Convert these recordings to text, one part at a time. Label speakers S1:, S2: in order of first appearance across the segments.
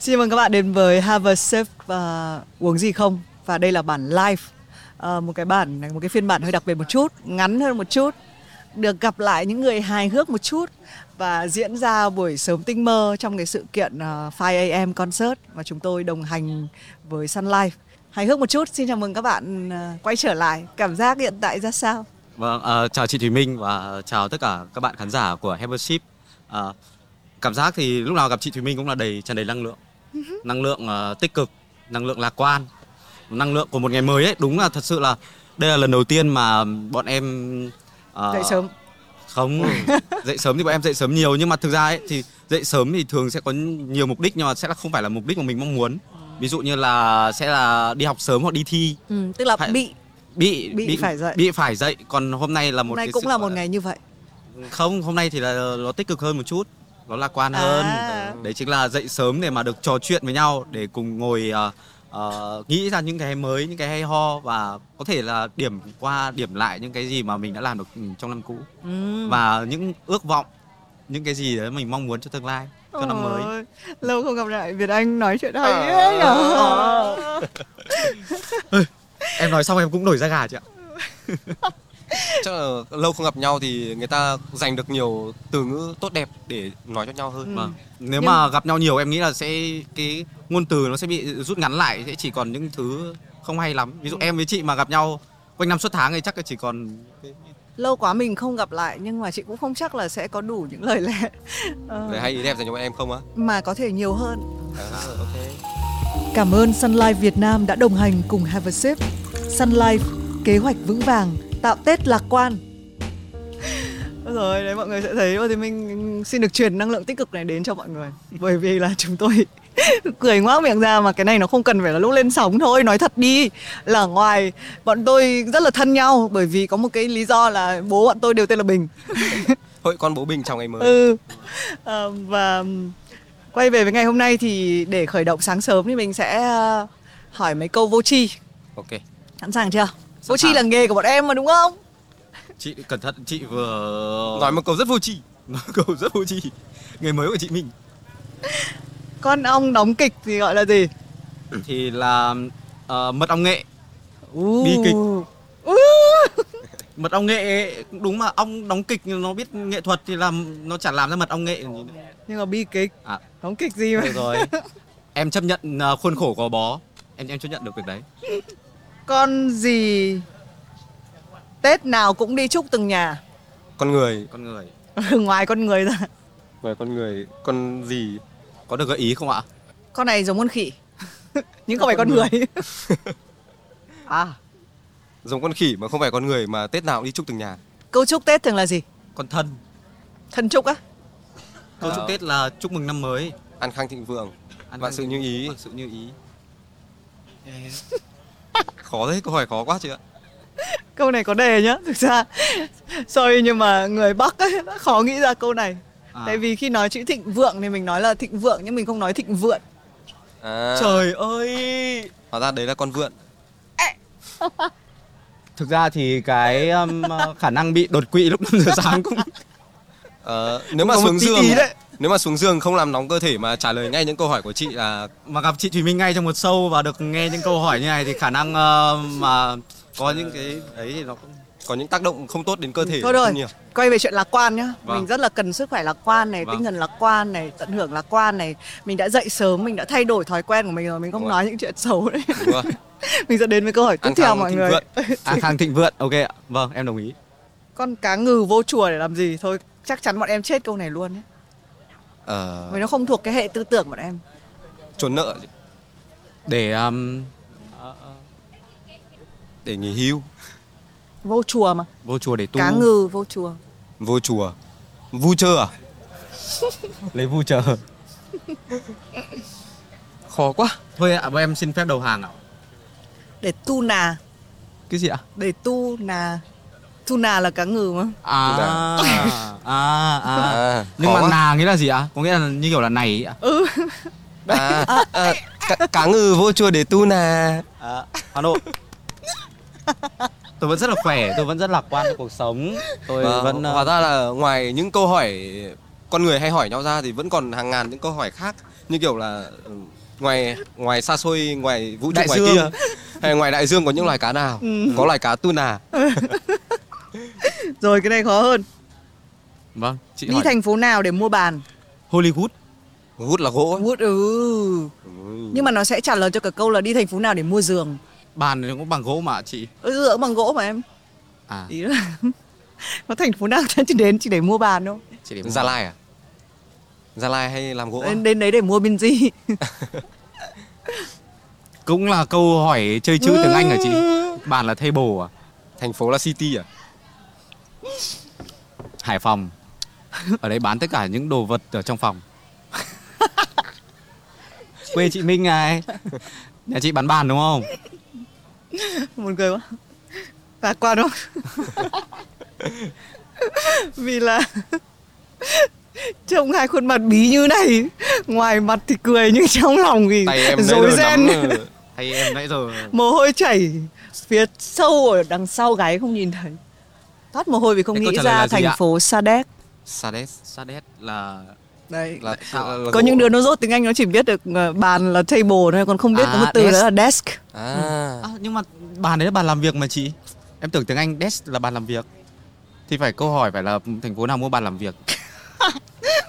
S1: Xin mời các bạn đến với Have a Sip và uống gì không? Và đây là bản live, à, một cái bản này, một cái phiên bản hơi đặc biệt một chút, ngắn hơn một chút, được gặp lại những người hài hước một chút và diễn ra buổi sớm tinh mơ trong cái sự kiện à, 5am concert mà chúng tôi đồng hành với Sun Life. Hài hước một chút, xin chào mừng các bạn à, quay trở lại. Cảm giác hiện tại ra sao?
S2: Vâng, ờ, chào chị Thùy Minh và chào tất cả các bạn khán giả của Hevership. Ờ, cảm giác thì lúc nào gặp chị Thùy Minh cũng là đầy tràn đầy năng lượng, năng lượng ờ, tích cực, năng lượng lạc quan, năng lượng của một ngày mới ấy. Đúng là thật sự là đây là lần đầu tiên mà bọn em ờ,
S1: Dậy sớm. Ừ.
S2: không dậy sớm thì bọn em dậy sớm nhiều nhưng mà thực ra ấy, thì dậy sớm thì thường sẽ có nhiều mục đích nhưng mà sẽ là không phải là mục đích mà mình mong muốn. Ví dụ như là sẽ là đi học sớm hoặc đi thi
S1: Ừ, tức là
S2: Phải-
S1: bị
S2: bị
S1: Bị phải dậy.
S2: bị phải dậy còn hôm nay là một
S1: hôm nay
S2: cái
S1: cũng
S2: sự
S1: là
S2: gọi
S1: một ngày như vậy.
S2: không hôm nay thì là nó tích cực hơn một chút nó lạc quan
S1: À.
S2: hơn Ờ, đấy chính là dậy sớm để mà được trò chuyện với nhau để cùng ngồi ờ, ờ, nghĩ ra những cái mới những cái hay ho và có thể là điểm qua điểm lại những cái gì mà mình đã làm được trong năm cũ
S1: Ừ.
S2: và những ước vọng những cái gì đấy mình mong muốn cho tương lai cho năm mới
S1: Ôi, lâu không gặp lại Việt Anh nói chuyện hay
S2: Ờ.
S1: ấy nhở.
S2: em nói xong em cũng nổi da gà chị ạ
S3: chắc là lâu không gặp nhau thì người ta dành được nhiều từ ngữ tốt đẹp để nói cho nhau
S1: Ừ.
S3: hơn
S2: Vâng. Nếu
S1: Nhưng-
S2: mà gặp nhau nhiều em nghĩ là sẽ cái ngôn từ nó sẽ bị rút ngắn lại sẽ chỉ còn những thứ không hay lắm. Ví dụ
S1: Ừ.
S2: em với chị mà gặp nhau quanh năm suốt tháng thì chắc là chỉ còn
S1: Lâu quá mình không gặp lại nhưng mà chị cũng không chắc là sẽ có đủ những lời lẽ ờ,
S3: để hay ý đẹp dành cho bọn em không á
S1: mà có thể nhiều hơn.
S3: à, ok
S1: Cảm ơn Sunlife Việt Nam đã đồng hành cùng Have a Sip. Sunlife, kế hoạch vững vàng, tạo Tết lạc quan. Rồi, đấy mọi người sẽ thấy thôi thì mình xin được truyền năng lượng tích cực này đến cho mọi người. Bởi vì là chúng tôi cười ngoác miệng ra mà cái này nó không cần phải là lúc lên sóng thôi, nói thật đi. Là ngoài bọn tôi rất là thân nhau bởi vì có một cái lý do là bố bọn tôi đều tên là Bình.
S3: hội con bố bình trong ngày mới
S1: Ừ. Ờ, và ừm, quay về với ngày hôm nay thì để khởi động sáng sớm thì mình sẽ ờ, hỏi mấy câu vô tri.
S3: ok
S1: Sẵn sàng chưa? Vô tri
S2: sàng.
S1: là nghề của bọn em mà đúng không?
S2: chị cẩn thận chị vừa
S3: nói một câu rất vô tri
S2: nói câu rất vô tri. Người mới của chị mình
S1: Con ong đóng kịch thì gọi là gì?
S3: Ừ.
S2: thì là ờ, mật ong nghệ.
S1: Uh.
S2: Bi kịch. Mật ong nghệ ấy, cũng đúng mà ong đóng kịch nhưng nó biết nghệ thuật thì làm nó chả làm ra mật ong nghệ.
S1: Nhưng mà bi kịch,
S2: À,
S1: đóng kịch gì mà?
S2: được rồi. em chấp nhận ờ, khuôn khổ gò bó. Em em chấp nhận được việc đấy.
S1: Con gì Tết nào cũng đi chúc từng nhà.
S3: con người
S2: Con người
S1: Ngoài con người ra.
S3: ngoài con người con gì
S2: có được gợi ý không ạ?
S1: Con này giống con khỉ. Nhưng không phải con người.
S2: À,
S3: giống con khỉ mà không phải con người mà tết nào cũng đi chúc từng nhà
S1: Câu chúc Tết thường là gì?
S2: con thân.
S1: Thân chúc á?
S2: Câu chúc
S3: Ờ.
S2: Tết là chúc mừng năm mới.
S3: ăn khang thịnh vượng
S2: Ăn
S3: vạn
S2: khang
S3: sự
S2: thịnh
S3: như ý
S2: vượng, sự như ý.
S3: khó đấy câu hỏi khó quá chị ạ
S1: Câu này có đề nhá, thực ra Sorry nhưng mà người Bắc ấy đã khó nghĩ ra câu này
S2: À.
S1: Tại vì khi nói chữ thịnh vượng thì mình nói là thịnh vượng nhưng mình không nói thịnh vượng
S3: à,
S2: Trời ơi.
S3: hóa ra đấy là con vượn
S2: Thực ra thì cái um, khả năng bị đột quỵ lúc 5 giờ sáng cũng
S3: Ờ, nếu mà
S2: Có một
S3: xuống
S2: tí
S3: giường
S2: tí đấy.
S3: nếu mà xuống giường không làm nóng cơ thể mà trả lời ngay những câu hỏi của chị là
S2: mà gặp chị Thùy Minh ngay trong một show và được nghe những câu hỏi như này thì khả năng uh, mà có những cái đấy thì nó cũng
S3: có những tác động không tốt đến
S2: Ừ,
S3: cơ thể
S1: Thôi
S3: rất
S1: rồi,
S3: nhiều
S1: quay về chuyện lạc quan nhá
S2: Vâng.
S1: Mình rất là cần sức khỏe lạc quan này,
S3: Vâng.
S1: tinh thần lạc quan này, tận hưởng lạc quan này Mình đã dậy sớm, mình đã thay đổi thói quen của mình rồi, mình không
S3: Đúng
S1: nói những chuyện xấu đấy
S3: đúng không?
S1: Mình sẽ đến với câu hỏi tiếp
S3: Ăn
S1: theo
S3: khang
S1: mọi
S3: thịnh
S1: người
S3: vượng.
S2: à khang thịnh vượng. Ok ạ. Vâng, em đồng ý.
S1: Con cá ngừ vô chùa để làm gì? Thôi chắc chắn bọn em chết câu này luôn ấy
S3: Ờ,
S1: Vì nó không thuộc cái hệ tư tưởng bọn em
S3: trốn nợ chị.
S2: Để um,
S3: để nghỉ hưu
S1: Vô chùa mà,
S2: vô chùa để tu.
S1: cá ngừ vô chùa
S3: vô chùa vui chơi à
S2: Lấy vu chờ.
S3: khó quá
S2: Thôi ạ, bọn em xin phép đầu hàng ạ.
S1: Để tu nà
S2: Cái gì ạ?
S1: để tu nà tu nà là cá ngừ mà
S2: À à à.
S3: à,
S2: Nhưng
S3: khó
S2: mà
S3: quá.
S2: nà nghĩa là gì ạ? Có nghĩa là như kiểu là này ấy ạ.
S1: ừ
S3: à, à, cá, cá ngừ vô chùa để tu nà
S2: À, Hà Nội Tôi vẫn rất là khỏe, tôi vẫn ờ, rất lạc quan với cuộc sống Tôi
S3: Vâng,
S2: vẫn
S3: hóa ra là ngoài những câu hỏi con người hay hỏi nhau ra thì vẫn còn hàng ngàn những câu hỏi khác như kiểu là ừ, ngoài ngoài xa xôi ngoài vũ trụ
S2: Đại
S3: ngoài
S2: dương. Ừ.
S3: kia hay ngoài đại dương có những loài cá nào có loài cá tuna
S1: Rồi cái này khó hơn.
S2: Vâng, chị
S1: Đi
S2: hỏi
S1: thành phố nào để mua bàn?
S2: Hollywood.
S3: hút là gỗ
S1: Wood ừ. Nhưng mà nó sẽ trả lời cho cả câu là đi thành phố nào để mua giường.
S2: Bàn thì cũng bằng gỗ mà chị.
S1: Ừ, giường bằng gỗ mà em.
S2: À,
S1: Ý là nó thành phố nào ta chỉ đến chỉ để mua bàn thôi.
S2: chị để
S3: gia lai à gia lai hay làm gỗ à?
S1: Đến, đến đấy để mua binzi.
S2: Cũng là câu hỏi chơi chữ tiếng Anh hả chị? Bàn là table à?
S3: thành phố là city à
S2: Hải Phòng. Ở đấy bán tất cả những đồ vật ở trong phòng. Quê chị Minh này. Nhà chị bán bàn đúng không?
S1: Buồn cười quá. Và qua đó. Vì là trông hai khuôn mặt bí như này ngoài mặt thì cười nhưng trong lòng thì
S3: tay em
S1: rối
S3: đấy ừ.
S1: ren
S2: Hay em nãy giờ
S1: mồ hôi chảy phía sâu ở đằng sau gáy không nhìn thấy thoát mồ hôi vì không
S2: Thế câu
S1: nghĩ
S2: trả lời
S1: ra
S2: là gì
S1: thành
S2: ạ?
S1: phố Sadek
S3: sades
S2: Sadet là
S1: đấy
S3: là, là, là
S1: có
S3: gỗ.
S1: những đứa nó dốt tiếng Anh nó chỉ biết được ờ, bàn là table thôi còn không biết có
S2: À,
S1: một từ
S2: desk.
S1: đó là desk
S3: à
S2: à, nhưng mà bàn đấy là bàn làm việc mà chị. Em tưởng tiếng Anh desk là bàn làm việc. Thì phải câu hỏi phải là thành phố nào mua bàn làm việc.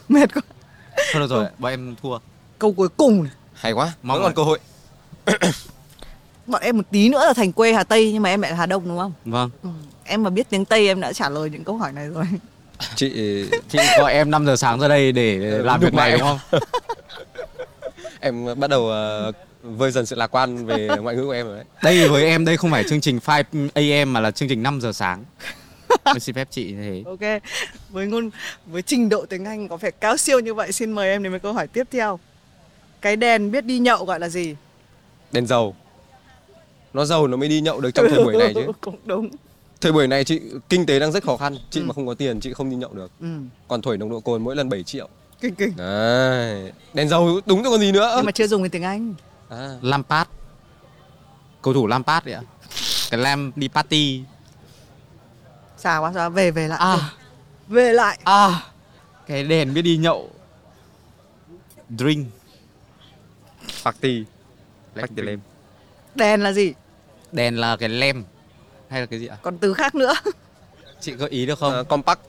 S1: mệt quá
S2: Thôi được rồi, bọn em thua.
S1: câu cuối cùng này.
S3: hay quá
S2: Mong
S3: mong
S2: rồi.
S3: còn cơ hội
S1: bọn em một tí nữa là thành quê Hà Tây nhưng mà em lại là Hà Đông đúng không
S2: Vâng.
S1: ừ. em mà biết tiếng Tây em đã trả lời những câu hỏi này rồi
S3: chị
S2: Chị gọi em 5 giờ sáng ra đây để làm
S3: nhục
S2: việc này
S3: mẹ.
S2: đúng không?
S3: em bắt đầu ờ, vơi dần sự lạc quan về ngoại ngữ của em rồi đấy
S2: Đây với em đây không phải chương trình 5 AM mà là chương trình 5 giờ sáng. Em xin phép chị như thế.
S1: ok với ngôn với trình độ tiếng Anh có vẻ cao siêu như vậy xin mời em đến với câu hỏi tiếp theo cái đèn biết đi nhậu gọi là gì
S3: đèn dầu nó dầu nó mới đi nhậu được trong thời buổi này chứ
S1: cũng đúng
S3: thời buổi này chị kinh tế đang rất khó khăn chị
S1: Ừ.
S3: mà không có tiền chị không đi nhậu được
S1: ừ.
S3: còn thổi nồng độ cồn mỗi lần 7 triệu
S1: kinh kinh
S3: đấy đèn dầu đúng rồi còn gì nữa
S1: nhưng mà chưa dùng đến tiếng Anh
S3: à,
S2: Lampard. Cầu thủ Lampard đấy ạ. Cái Lam đi party.
S1: xà quá xà về về lại
S2: À.
S1: về lại
S2: À, cái đèn biết đi nhậu. Drink.
S3: party
S2: Black
S3: Black
S2: Lem.
S1: đèn là gì
S2: Đèn là cái lem hay là cái gì ạ?
S1: còn từ khác nữa
S2: Chị có ý được không?
S3: à, compact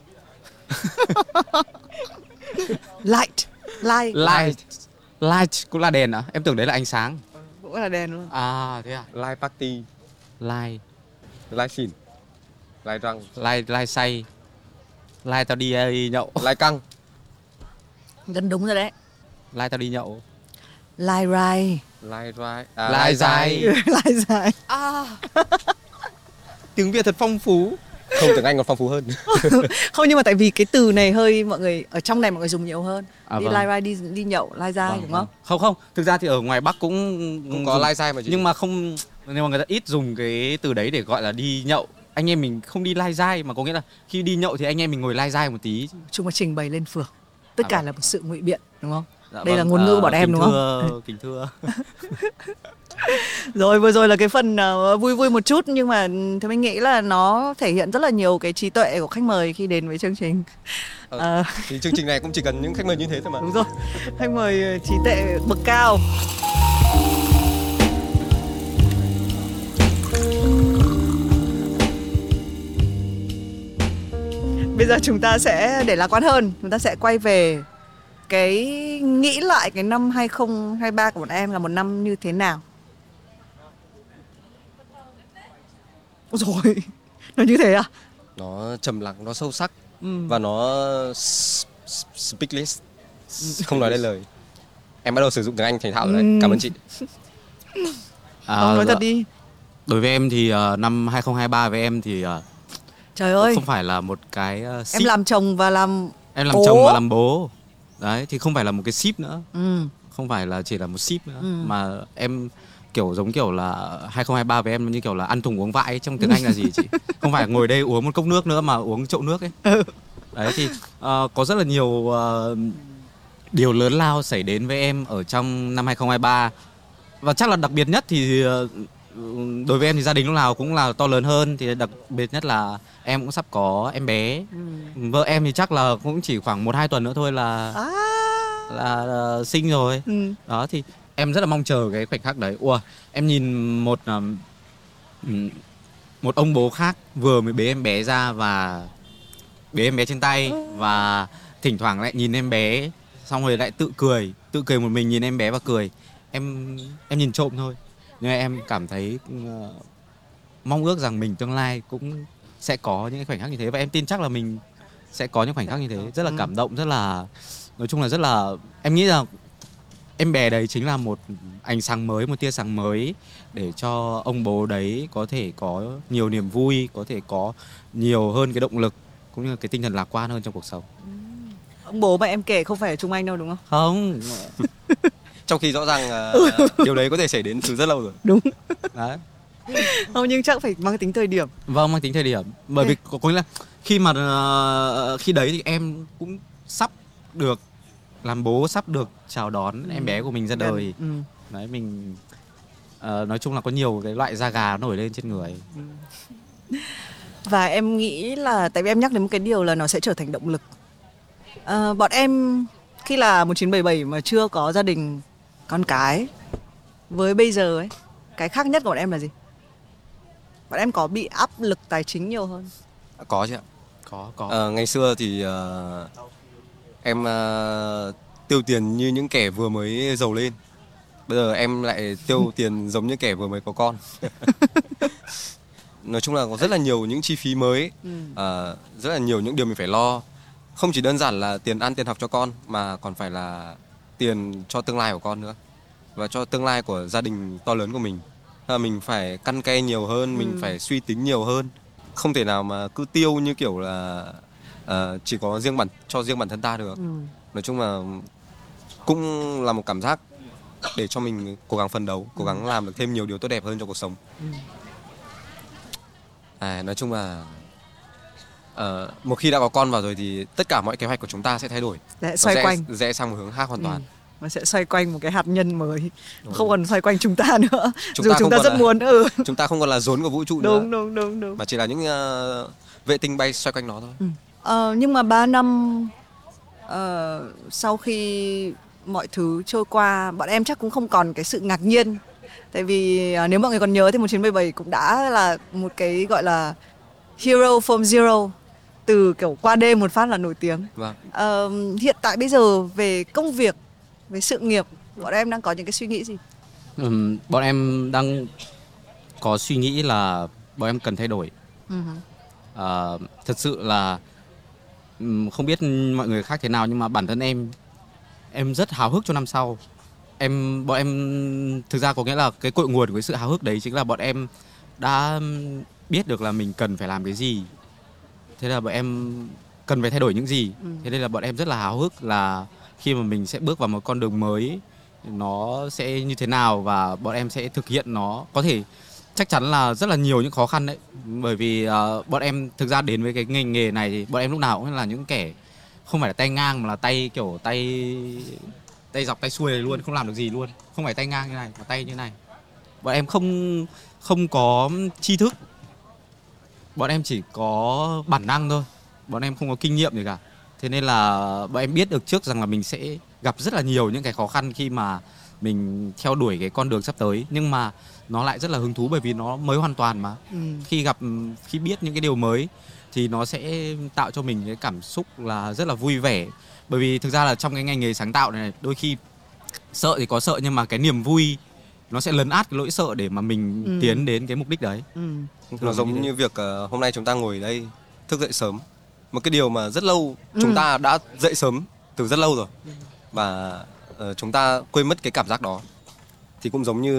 S1: light light
S2: Light. Light cũng là đèn ạ? Em tưởng đấy là ánh sáng.
S1: cũng là đèn luôn
S2: À thế à?
S3: live party
S2: Light,
S3: live xỉn live răng
S2: light, light say. Light tao đi à, đi nhậu.
S3: live căng
S1: gần đúng rồi đấy
S2: Light tao đi nhậu.
S1: light rai
S3: live dry à,
S2: Live
S3: live
S2: dry.
S3: dry
S1: light dài
S2: Tiếng Việt thật phong phú.
S3: không tiếng anh còn phong phú hơn
S1: không nhưng mà tại vì cái từ này hơi mọi người ở trong này mọi người dùng nhiều hơn
S2: À,
S1: đi
S2: vâng.
S1: light rai đi đi nhậu light dài
S2: Vâng,
S1: đúng
S2: vâng.
S1: không
S2: Không không, thực ra thì ở ngoài Bắc cũng
S3: cũng có
S2: dùng-
S3: live dry mà chị
S2: nhưng mà không nhưng mà người ta ít dùng cái từ đấy để gọi là đi nhậu. Anh em mình không đi lai dai mà có nghĩa là khi đi nhậu thì anh em mình ngồi lai dai một tí.
S1: chúng ta trình bày lên phường tất
S2: vâng. À,
S1: cả
S2: vâng.
S1: là một sự ngụy biện đúng không
S2: Dạ
S1: Đây là
S2: vâng,
S1: ngôn ngữ
S2: à,
S1: bọn em
S2: kính
S1: đúng không?
S2: thưa, Kính thưa.
S1: rồi vừa rồi là cái phần ờ, vui vui một chút nhưng mà thế mình nghĩ là nó thể hiện rất là nhiều cái trí tuệ của khách mời khi đến với chương trình
S3: Ờ.
S1: Ờ,
S3: thì chương trình này cũng chỉ cần những khách mời như thế thôi mà
S1: đúng rồi khách mời ờ, trí tuệ bậc cao bây giờ chúng ta sẽ để lạc quan hơn chúng ta sẽ quay về cái nghĩ lại cái năm 2023 của bọn em là một năm như thế nào rồi nó như thế à
S3: nó trầm lắng nó sâu sắc
S1: ừ.
S3: và nó s- s- speechless không nói lên lời em bắt đầu sử dụng tiếng anh thành thạo rồi đấy cảm ơn chị
S1: Ông nói
S2: dạ.
S1: thật đi
S2: Đối với em thì ờ, năm 2023 với em thì ờ,
S1: trời ơi
S2: không phải là một cái ờ, ship.
S1: em làm chồng và làm
S2: em làm
S1: bố.
S2: chồng và làm bố. Đấy thì không phải là một cái ship nữa.
S1: ừ.
S2: không phải là chỉ là một ship nữa
S1: Ừ.
S2: mà em kiểu giống kiểu là 2023 với em như kiểu là ăn thùng uống vãi ấy, trong tiếng Anh là gì chị không phải ngồi đây uống một cốc nước nữa mà uống chậu nước ấy
S1: Ừ.
S2: đấy thì ờ, có rất là nhiều ờ, điều lớn lao xảy đến với em ở trong năm 2023 và chắc là đặc biệt nhất thì ờ, đối với em thì gia đình lúc nào cũng là to lớn hơn thì đặc biệt nhất là em cũng sắp có em bé vợ em thì chắc là cũng chỉ khoảng một hai tuần nữa thôi là
S1: À.
S2: là, là sinh rồi
S1: Ừ.
S2: đó thì em rất là mong chờ cái khoảnh khắc đấy ủa em nhìn một um, ừm, một ông bố khác vừa mới bế em bé ra và bế em bé trên tay và thỉnh thoảng lại nhìn em bé xong rồi lại tự cười tự cười một mình nhìn em bé và cười em em nhìn trộm thôi nhưng mà em cảm thấy ờ, mong ước rằng mình tương lai cũng sẽ có những cái khoảnh khắc như thế và em tin chắc là mình sẽ có những khoảnh khắc như thế rất là cảm động rất là nói chung là rất là em nghĩ là em bé đấy chính là một ánh sáng mới một tia sáng mới để cho ông bố đấy có thể có nhiều niềm vui có thể có nhiều hơn cái động lực cũng như cái tinh thần lạc quan hơn trong cuộc sống
S1: Ông bố mà em kể không phải ở Trung Anh đâu đúng không?
S2: không
S3: trong khi rõ ràng là
S1: Ừ.
S3: điều đấy có thể xảy đến từ rất lâu rồi
S1: Đúng.
S2: đấy
S3: Ừ.
S1: Không nhưng chắc phải mang tính thời điểm.
S2: vâng mang tính thời điểm bởi vì có có nghĩa là khi mà ờ, khi đấy thì em cũng sắp được làm bố sắp được chào đón Ừ. em bé của mình ra đời
S1: Ừ.
S2: đấy mình ờ, nói chung là có nhiều cái loại da gà nổi lên trên người
S1: Và em nghĩ là tại vì em nhắc đến một cái điều là nó sẽ trở thành động lực. Ờ, bọn em khi là 1977 mà chưa có gia đình con cái với bây giờ ấy, cái khác nhất của bọn em là gì? Bọn em có bị áp lực tài chính nhiều hơn.
S3: À, có chứ ạ
S2: có có
S3: Ờ, ngày xưa thì ờ, em ờ, tiêu tiền như những kẻ vừa mới giàu lên bây giờ em lại tiêu tiền giống như kẻ vừa mới có con nói chung là có rất là nhiều những chi phí mới ờ, rất là nhiều những điều mình phải lo không chỉ đơn giản là tiền ăn tiền học cho con mà còn phải là tiền cho tương lai của con nữa và cho tương lai của gia đình to lớn của mình Thế là mình phải căn ke nhiều hơn mình phải suy tính nhiều hơn không thể nào mà cứ tiêu như kiểu là ờ, chỉ có riêng bản cho riêng bản thân ta được
S1: Ừ.
S3: nói chung là cũng là một cảm giác để cho mình cố gắng phấn đấu cố
S1: Ừ.
S3: gắng làm được thêm nhiều điều tốt đẹp hơn cho cuộc sống à, nói chung là ờ, một khi đã có con vào rồi thì tất cả mọi kế hoạch của chúng ta sẽ thay đổi
S1: Sẽ
S3: Nó
S1: xoay
S3: rẽ-
S1: quanh. Ừ.
S3: rẽ sang một hướng khác hoàn toàn
S1: Nó sẽ xoay quanh một cái hạt nhân mới, không còn xoay quanh chúng ta nữa.
S3: Chúng
S1: Dù
S3: ta
S1: chúng
S3: không
S1: ta
S3: còn
S1: rất
S3: là-
S1: muốn ừ.
S3: chúng ta không còn là rốn của vũ trụ
S1: Đúng
S3: nữa
S1: đúng đúng đúng.
S3: mà chỉ là những ờ, vệ tinh bay xoay quanh nó thôi
S1: Ờ, nhưng mà 3 năm ờ, sau khi mọi thứ trôi qua, bọn em chắc cũng không còn cái sự ngạc nhiên. Tại vì ờ, nếu mọi người còn nhớ thì 1977 cũng đã là một cái gọi là hero from zero từ kiểu qua đêm một phát là nổi tiếng.
S3: vâng
S1: Ờ, hiện tại bây giờ về công việc, về sự nghiệp, bọn em đang có những cái suy nghĩ gì?
S2: Ừm, bọn em đang có suy nghĩ là bọn em cần thay đổi.
S1: Ừ
S2: Ờ, thật sự là ừm, không biết mọi người khác thế nào nhưng mà bản thân em em rất háo hức cho năm sau. Em bọn em thực ra có nghĩa là cái cội nguồn của cái sự háo hức đấy chính là bọn em đã biết được là mình cần phải làm cái gì. Thế là bọn em cần phải thay đổi những gì. Thế nên là bọn em rất là háo hức là khi mà mình sẽ bước vào một con đường mới nó sẽ như thế nào và bọn em sẽ thực hiện nó có thể chắc chắn là rất là nhiều những khó khăn đấy bởi vì ờ, bọn em thực ra đến với cái ngành nghề này thì bọn em lúc nào cũng là những kẻ không phải là tay ngang mà là tay kiểu tay tay dọc tay xuôi này luôn không làm được gì luôn không phải tay ngang như này mà tay như này bọn em không không có tri thức bọn em chỉ có bản năng thôi bọn em không có kinh nghiệm gì cả thế nên là bọn em biết được trước rằng là mình sẽ gặp rất là nhiều những cái khó khăn khi mà mình theo đuổi cái con đường sắp tới nhưng mà nó lại rất là hứng thú bởi vì nó mới hoàn toàn mà
S1: Ừ,
S2: khi gặp ừ, khi biết những cái điều mới thì nó sẽ tạo cho mình cái cảm xúc là rất là vui vẻ bởi vì thực ra là trong cái ngành nghề sáng tạo này, này đôi khi sợ thì có sợ nhưng mà cái niềm vui nó sẽ lấn át cái nỗi sợ để mà mình
S1: Ừ.
S2: tiến đến cái mục đích đấy
S3: nó giống như việc ờ, hôm nay chúng ta ngồi đây thức dậy sớm một cái điều mà rất lâu chúng ta đã dậy sớm từ rất lâu rồi và ờ, chúng ta quên mất cái cảm giác đó thì cũng giống như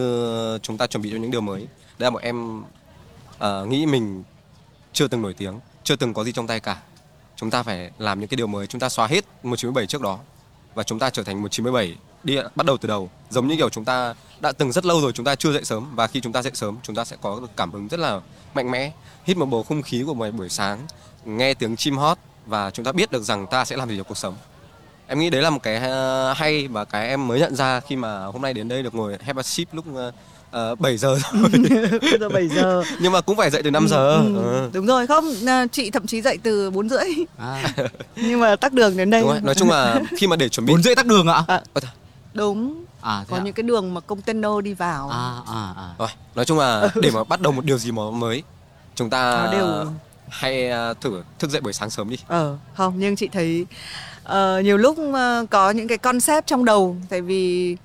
S3: chúng ta chuẩn bị cho những điều mới đây là bọn em ờ, nghĩ mình chưa từng nổi tiếng chưa từng có gì trong tay cả chúng ta phải làm những cái điều mới chúng ta xóa hết 1997 trước đó và chúng ta trở thành 1997 đi bắt đầu từ đầu giống như kiểu chúng ta đã từng rất lâu rồi chúng ta chưa dậy sớm và khi chúng ta dậy sớm chúng ta sẽ có được cảm hứng rất là mạnh mẽ hít một bầu không khí của một buổi sáng nghe tiếng chim hót và chúng ta biết được rằng ta sẽ làm gì trong cuộc sống em nghĩ đấy là một cái ờ, hay và cái em mới nhận ra khi mà hôm nay đến đây được ngồi have a sip lúc ờ, ờ, 7 giờ rồi
S1: bây giờ 7 giờ
S3: nhưng mà cũng phải dậy từ 5 giờ
S1: ừ.
S3: Ờ.
S1: đúng rồi không à, chị thậm chí dậy từ 4 rưỡi
S2: à,
S1: nhưng mà tắc đường đến đây
S3: đúng rồi. nói chung là khi mà để chuẩn bị
S2: bốn rưỡi tắt đường ạ
S1: À,
S3: Ôi trời.
S1: đúng
S2: à thế
S1: có
S2: ạ.
S1: những cái đường mà container đi vào
S2: à à à
S3: Rồi, nói chung là để mà bắt đầu một điều gì mà mới chúng ta
S1: Nó đều-
S3: hay ờ, thử thức dậy buổi sáng sớm đi
S1: ờ không nhưng chị thấy ờ, nhiều lúc ờ, có những cái concept trong đầu tại vì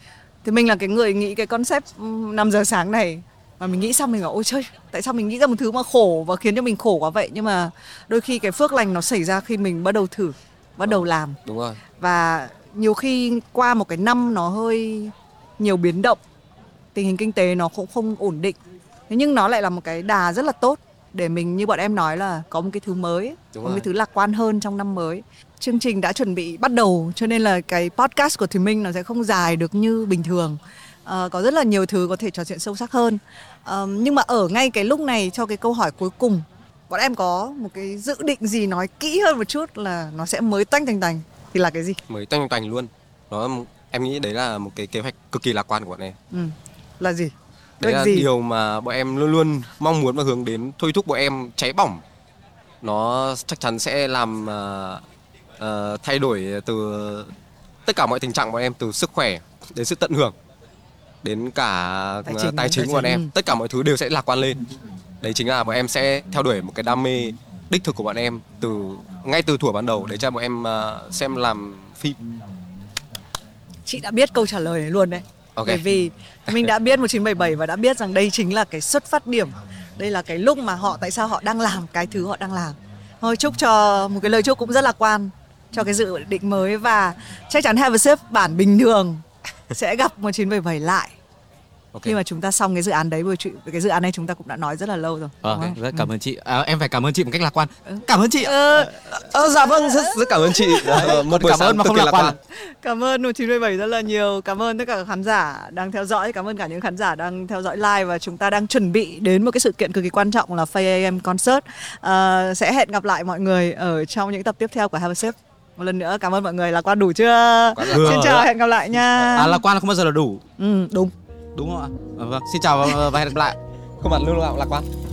S1: thì mình là cái người nghĩ cái concept ừm, 5 giờ sáng này mà mình nghĩ xong mình bảo ôi chơi tại sao mình nghĩ ra một thứ mà khổ và khiến cho mình khổ quá vậy nhưng mà đôi khi cái phước lành nó xảy ra khi mình bắt đầu thử bắt đầu làm
S3: đúng rồi
S1: và nhiều khi qua một cái năm nó hơi nhiều biến động tình hình kinh tế nó cũng không ổn định thế nhưng nó lại là một cái đà rất là tốt để mình như bọn em nói là có một cái thứ mới ấy,
S3: Đúng
S1: có một cái
S3: rồi.
S1: thứ lạc quan hơn trong năm mới chương trình đã chuẩn bị bắt đầu cho nên là cái podcast của thùy minh nó sẽ không dài được như bình thường Ờ, có rất là nhiều thứ có thể trò chuyện sâu sắc hơn Ờ, nhưng mà ở ngay cái lúc này cho cái câu hỏi cuối cùng bọn em có một cái dự định gì nói kỹ hơn một chút là nó sẽ mới tanh tành tành thì là cái gì
S3: mới toanh toành luôn nó em nghĩ đấy là một cái kế hoạch cực kỳ lạc quan của bọn em
S1: Ừ. Là gì?
S3: đấy
S1: Được
S3: là
S1: gì?
S3: điều mà bọn em luôn luôn mong muốn và hướng đến thôi thúc bọn em cháy bỏng nó chắc chắn sẽ làm ờ, ờ, thay đổi từ tất cả mọi tình trạng bọn em từ sức khỏe đến sự tận hưởng đến cả ờ,
S1: Tài
S3: tài
S1: chính,
S3: chính,
S1: tài
S3: của bọn
S1: chính,
S3: em
S1: ừ.
S3: tất cả mọi thứ đều sẽ lạc quan lên đấy chính là bọn em sẽ theo đuổi một cái đam mê đích thực của bọn em từ ngay từ thuở ban đầu để cho bọn em ờ, xem làm phim
S1: Chị đã biết câu trả lời này luôn đấy.
S3: Ok.
S1: Bởi vì mình đã biết 1977 và đã biết rằng đây chính là cái xuất phát điểm. Đây là cái lúc mà họ tại sao họ đang làm cái thứ họ đang làm. Thôi chúc cho một cái lời chúc cũng rất lạc quan cho cái dự định mới và chắc chắn Have a Sip bản bình thường sẽ gặp 1977 lại.
S3: Ok.
S1: Khi mà chúng ta xong cái dự án đấy bởi chị- cái dự án này chúng ta cũng đã nói rất là lâu rồi.
S2: Vâng,
S1: đúng không? Ừ.
S2: rất cảm ơn chị. À, em phải cảm ơn chị một cách lạc quan. Cảm ơn chị. ạ.
S1: Ờ,
S3: Ờ, dạ vâng, rất, rất cảm ơn chị. Ờ, một buổi
S2: cảm ơn
S3: sáng
S2: mà
S3: cực
S2: không
S3: kỳ
S2: lạc quan.
S1: Cảm ơn 1977 rất là nhiều Cảm ơn tất cả các khán giả đang theo dõi Cảm ơn cả những khán giả đang theo dõi live Và chúng ta đang chuẩn bị đến một cái sự kiện cực kỳ quan trọng là Fay AM Concert à, Sẽ hẹn gặp lại mọi người ở trong những tập tiếp theo của Have a Sip Một lần nữa cảm ơn mọi người là qua đủ chưa
S3: Quá lạc
S1: Xin
S2: quan.
S1: chào hẹn gặp lại nha
S2: À, lạc quan là không bao giờ là đủ.
S1: ừ, Đúng
S2: Đúng không ạ? À, vâng, xin Ờ, chào và và hẹn gặp lại.
S3: Không bạn luôn lạc quan.